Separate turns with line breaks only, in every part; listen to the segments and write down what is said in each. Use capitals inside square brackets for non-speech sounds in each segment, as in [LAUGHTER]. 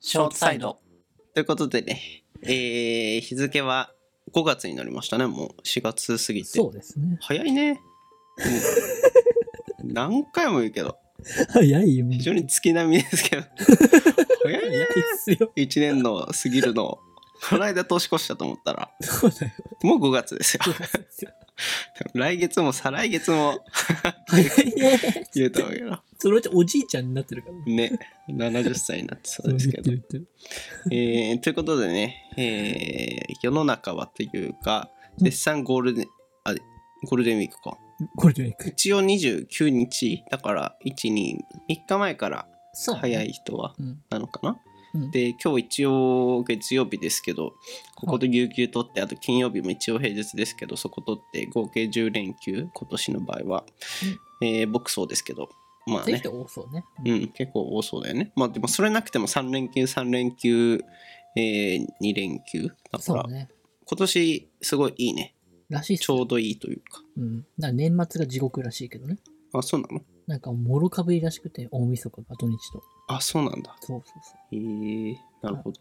ショートサイド。
ということでね、えー、日付は5月になりましたね、もう4月過ぎて。
そうです [LAUGHS] ね。
早いね。うん何回も言うけど、
早いよ。
非常に月並みですけど、早い
早い
ね
っ。すよ。
1年の過ぎるのを、この間年越したと思ったら、
そうだよ。
もう5月ですよ。来月も再来月も
早いね。
言うと思うけど、
そのうちおじいちゃんになってるからね。
ね、70歳になってそうですけど
言。ってる [LAUGHS]
えーということでね、えー世の中はというか、
うん
絶賛ゴールデン、あ、ゴールデンウィークか。
言ってるゴールデンウィーク。
一応29日、だから1、2、3日前から
そうね
早い。人は
うん。
なのかな。
うん
で、今日一応月曜日ですけど、ここと有給取って、あと金曜日も一応平日ですけど、そこ取って合計10連休、今年の場合は。えー僕そうですけど、まあ
ぜ
ね
ひ。と多そうね。
うん、結構多そうだよね。まあでもそれなくても3連休、3連休、えー、2連休。だか
そ
ら
うね。
今年すごいいいね。
らしいっす
ちょうどいいというか。
うん。だから年末が地獄らしいけどね。
あ、そうなの
なんか、もろかぶりらしくて、大晦日が土日と。
あ、そうなんだ。
そうそうそう。
へえなるほど。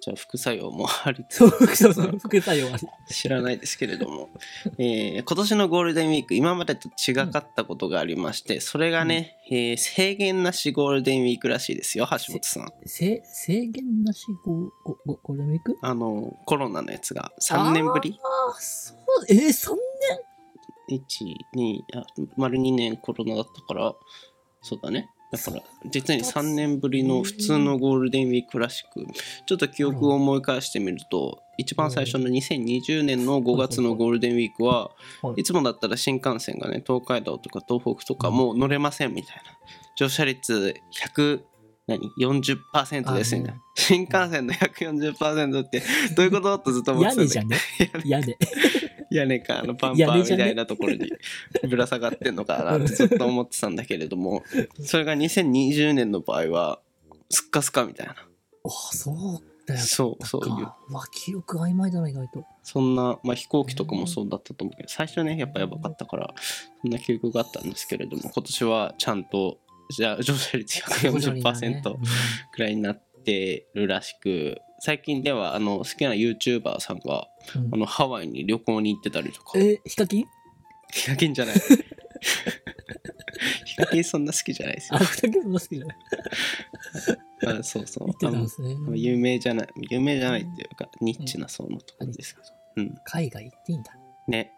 じゃあ副作用もあり
そうそうそう、副作用あり。
知らないですけれども、えー今年のゴールデンウィーク今までと違かったことがありましてそれがね、えー制限なしゴールデンウィークらしいですよ橋本さん
せ制限なしゴゴゴゴールデンウィーク
あのコロナのやつが3年ぶり
ああ、そう、えー、そん
12あ丸2年コロナだったからそうだねだから実に3年ぶりの普通のゴールデンウィークらしくちょっと記憶を思い返してみると一番最初の2020年の5月のゴールデンウィークは
はい
いつもだったら新幹線がね東海道とか東北とかもう乗れませんみたいな乗車率100何40%ですみたいな新幹線の140%ってどういうこととずっと思ってた
屋
んだけ
根じ
ど
ゃね [LAUGHS] 屋根。
屋根かあのパンパーみたいなところに [LAUGHS] ぶら下がってんのかな [LAUGHS] ってずっと思ってたんだけれどもそれが2020年の場合はすっかすかみたいな
ああ、そうだよ。
そうそう
か
いう
うわ、記憶曖昧だな、意外と。
そんな、まあ、飛行機とかもそうだったと思うけど最初ねやっぱやばかったからそんな記憶があったんですけれども今年はちゃんとじゃあ乗車率140%
うん
くらいになってるらしく最近ではあの好きな YouTuber さんが
うん
あのハワイに旅行に行ってたりとか。
えー、ヒカキン
ヒカキンじゃない。 [LAUGHS] ヒカキンそんな好きじゃないですよ
あ、。ヒカキンそんな好きじゃない。
あそうそ
見て
う。
た
あの
んですね。
有名じゃない、有名じゃないっていうか、ニッチな層のところですけど。うん。
海外行っていいんだ。
ね、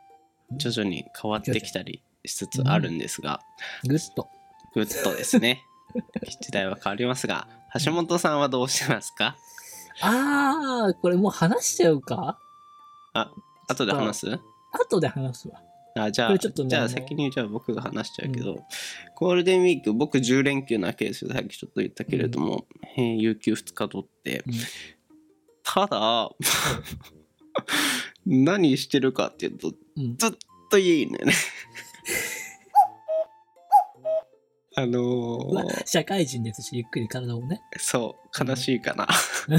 徐々に変わってきたりしつつあるんですが、
ぐっと。
グッとですね。 [LAUGHS] 時代は変わりますが、橋本さんはどうしてます
[LAUGHS]
か
ああ、これもう話しちゃうか
後で話す
後で話すわ。
あじゃ
こ
あ、
れちょっとね
じゃ
あ
あ
の
先にじゃあ僕が話しちゃうけど、
う
ゴールデンウィーク僕10連休なわけですよさっきちょっと言ったけれども、えー有給2日取って、
うん
ただ [LAUGHS] 何してるかっていうとず
うん。
っと家いいんだよ
[LAUGHS]
ねあのー
まあ社会人ですし、ゆっくり体をね。
そう悲しいかな [LAUGHS]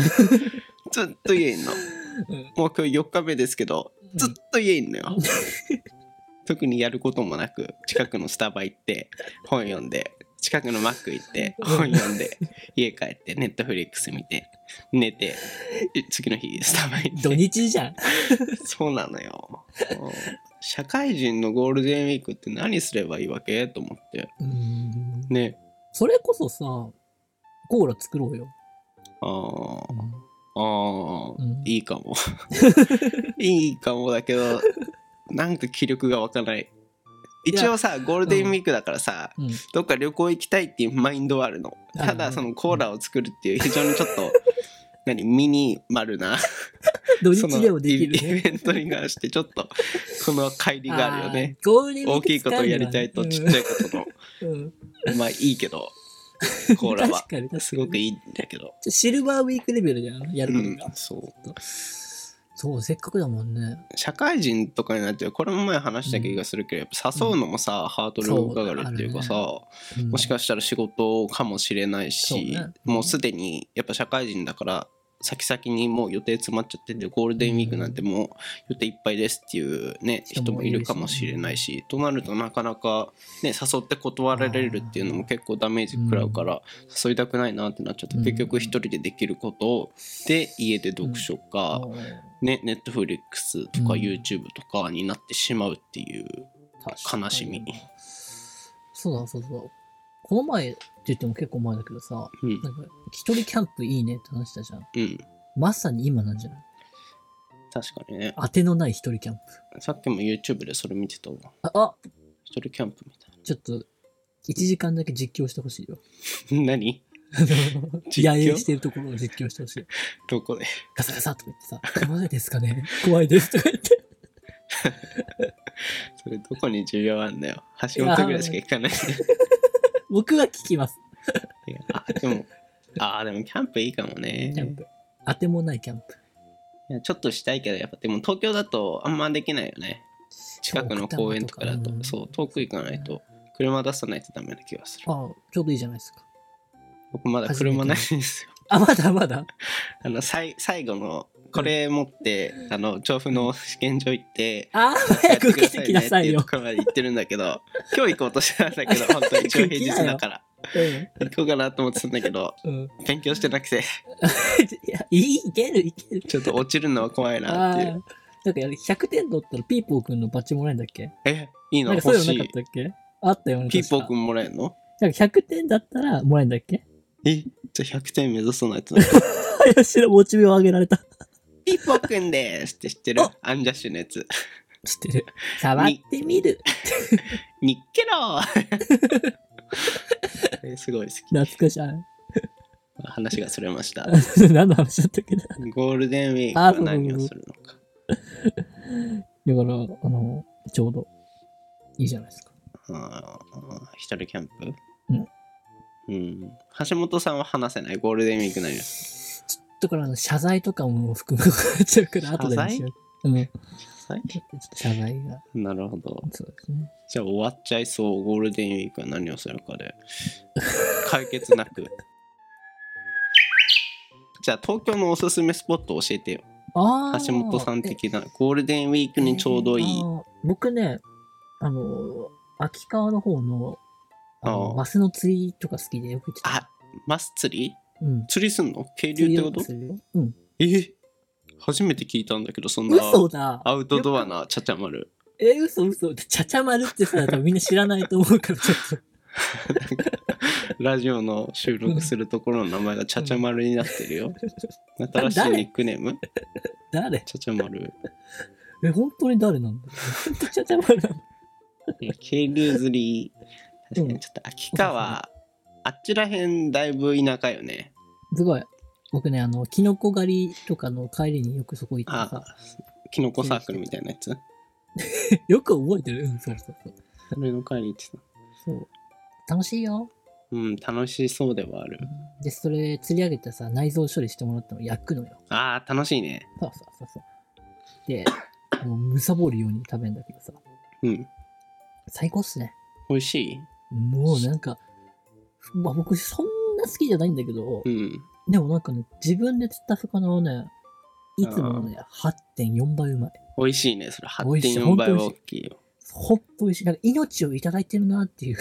ずっと家いんの
うん
もう今日4日目ですけどずっと家いんのよ。特にやることもなく、近くのスタバ行って、本読んで、近くのマック行って、本読んで、家帰って、ネットフリックス見て、寝て、次の日スタバ行
土
って。
日じゃん。
そうなのよ。うん社会人のゴールデンウィークって何すればいいわけと思って。
うん。
ね。
それこそさ、コーラ作ろうよ。
あーあー、
うん
いいかも。いいかもだけど、なんか気力が湧かない。一応さ、ゴールデンウィークだからさ、
うん。
どっか旅行行きたいっていうマインドはあるの。
あ
ただそのコーラを作るっていう非常にちょっ [LAUGHS] と何ミニマル [LAUGHS] な
土
その
日でもでき
イ
るね。
ベントに関してちょっとこの乖離があるよね。
あー。ゴールデンウィー
大
ク
きいことをやりたいとちっちゃいことの、
ゃい。うん
まあいいけ [LAUGHS] どコーラは
確かに確かに
すごくいいんだけど。
じゃあシルバーウィークレベルだよな、や
う
るこ
ん
とが、、
そう
そう、せっかくだもんね。
社会人とかになってこれも前話した気がするけど、やっぱ誘うのもさ、ハードルが上がるっていうか
そうあ
さ、
うん
もしかしたら仕事かもしれないし、
そうね
もうすでにやっぱ社会人だから先々にもう予定詰まっちゃっててゴールデンウィークなんてもう予定いっぱいですっていうね
人
人
も
も
い
い
るし
るかもしれないしとなるとなかなかね誘って断られるっていうのも結構ダメージ食らうから誘いたくないなってなっちゃって
うん
結局一人でできることをで家で読書か
うん
ねネットフリックスとか
うん
YouTube とかになってしまうっていう
確かに
悲しみ
そうだそうだ。この前って言っても結構前だけどさ、
うん
なんか、一人キャンプいいねって話したじゃん。
うん
まさに今なんじゃない
確かにね
当てのない一人キャンプ。
さっきも YouTube でそれ見てたわ
あ、あ
一人キャンプみたい
ちょっと、1時間だけ実況してほしい
[LAUGHS]
よ。
な何実況
野営してるところを実況してほしい。
どこで
ガサガサとか言ってさ、怖いですかね [LAUGHS] 怖いですとか言って。
それどこに需要あんだよ橋本ぐらいしか行かない
僕は聞きます。
いやあでも、ああ、でもキャンプいいかもね。
キャンプ。当てもないキャンプ。
いやちょっとしたいけど、やっぱでも東京だとあんまできないよね。近くの公園とかだと、
奥多摩
そう、遠く行かないと、車出さないとダメな気がする。
ああ、ちょうどいいじゃないですか。
僕まだ車ないんですよ。
あ、まだまだ。
あの、さい最後の、これ持って、あの、調布の試験場行って、
ああ、
や
早
って
く受けて
ね
きなさい
っていう
よ
と。ころまで行ってるんだけど、今日行こうとしてたんだけど、本当に一応平日だから。行こうかなと思ってたんだけ [LAUGHS] ど、
うん。うん。
勉強してなくて、
いや、いい、いける、いける。
ちょっと落ちるのは怖いな
ああ
ってい
ー
う。。
なんか100点取ったらピーポーくんのバッジもらえるんだっけ
え、いいの
なんかそう
欲
いうの
し
なかっ
い。
たっけあったよね。
ピーポーく
ん。
んもらえるの
なんか100点だったらもらえるんだっけ
えじゃあ100点目指さない [LAUGHS] と
林のモチベを上げられた。
ピーポくんですって知ってる
あ
アンジャッシュのやつ。
知ってる。触ってみる。
にっけろ [LAUGHS] ーえすごい好き。
懐かしい。 [LAUGHS] あ
話がそれま [LAUGHS] した。
何の話だったっけな。だか
ゴールデンウィークは何をするのか。
ら、あの、ちょうどいいじゃないですか。
あー一人キャンプ
うん
うん、橋本さんは話せないゴールデンウィーク何をす
ちょっとこれあの謝罪とかも含めっちゃうから、後でにしよう。うん。
るのか
ちょっと謝罪が。
なるほど。
そうですね。
じゃあ終わっちゃいそう。ゴールデンウィークは何をするかで。解決なく。 [LAUGHS] じゃあ東京のおすすめスポットを教えてよ。
ああ。
橋本さん的なゴールデンウィークにちょうどいい
あ。ー僕ね、あの、秋川の方の、あの
あー
マスの釣りとか好きでよく行ってた。
あ、マス釣り
うん。
釣りすんの渓流ってこと
釣りをするようん。
え初めて聞いたんだけど、そんな
嘘だ。
アウトドアなちゃちゃ丸。
え、嘘嘘。ちゃちゃ丸ってさ、多分みんな知らないと思うから、ちょっと。
ラジオの収録するところの名前がちゃちゃ丸になってる
[LAUGHS]
よ。新しい
誰
ニックネーム
誰
ちゃちゃ丸。
え、本当に誰なんだ本当ちゃちゃ丸なんだ。
いや渓流釣り。確か
う
に
ん
ちょっと秋川、あっちらへんだいぶ田舎よね。
すごい。僕ね、あの、キノコ狩りとかの帰りによくそこ行って
あ
さ、、
キノコサークルみたいなやつ。
[LAUGHS] よく覚えてるうん、そうそうそう。
それの帰り行ってた。
そう。楽しいよ。
うん、楽しそうではある。
で、それ釣り上げたさ、内臓処理してもらったの焼くのよ。
ああ、楽しいね。
そうそうそうそう。で、もう、むさぼるように食べるんだけどさ、
うん。
最高っすね。
美味しい
もうなんか、まあ僕そんな好きじゃないんだけど
う、ん。
でもなんかね、自分で釣った魚をね、いつものね、8.4倍うまい。
美味しいね。それ
美味しい
8.4倍は大きいよ。
ほっと美味しい。なんか命をいただいてるなっていう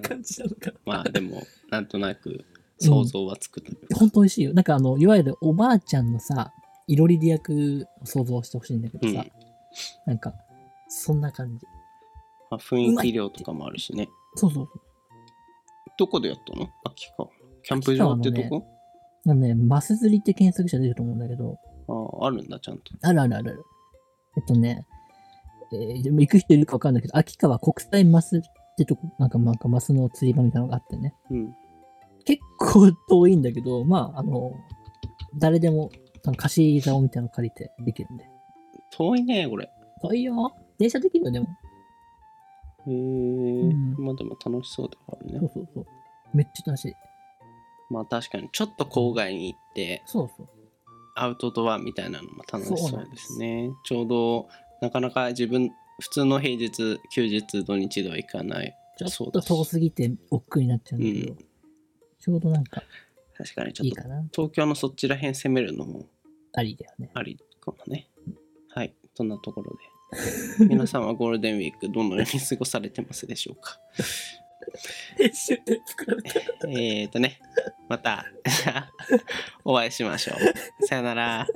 感じなのかな。
まあでも、なんとなく想像はつくというか
ほんと美味しいよ。なんかあの、いわゆるおばあちゃんのさ、いろりで役を想像してほしいんだけどさ、
うん
なんか、そんな感じ。
まあ、雰囲気量とかもあるしね。
そうそうそ
どこでやったの秋か。キャンプ場ってとこ、
う。なんでね、マス釣りって検索者出ると思うんだけど、
ああ、あるんだ、ちゃんと。
あるあるあるある。えっとね、えーでも行く人いるかわかんないけど、秋川国際マスってとこ、なんか、なんかマスの釣り場みたいなのがあってね。
うん。
結構遠いんだけど、まあ、あの、誰でも、あの貸し竿みたいなの借りてできるんで。
遠いね、これ。
そういいよ。電車できるよ、でも。
へえ、
ん
まあでも楽しそうではある
そ
ね
う。そうそう。めっちゃ楽しい。
まあ確かに、ちょっと郊外に行って、
そうそう。
アウトドアみたいなのも楽し
そう
そ
な
うんで
です
すね。ちょうどなかなか自分普通の平日休日土日では行かない。
ちょ
そう
っ
だ
と
し
遠すぎて億劫になっちゃうんだけど、
う
ちょうどなんか、
確かにちょ
い
っ
い
と
かな。
東京のそっちら辺攻めるのも
ありだよね。
ありかもね。はい、そんなところで。皆さんはゴールデンウィークどのように過ごされてますでしょうか。
編集で作られた。
えーとね、 [LAUGHS] またお会いしましょう。さよなら。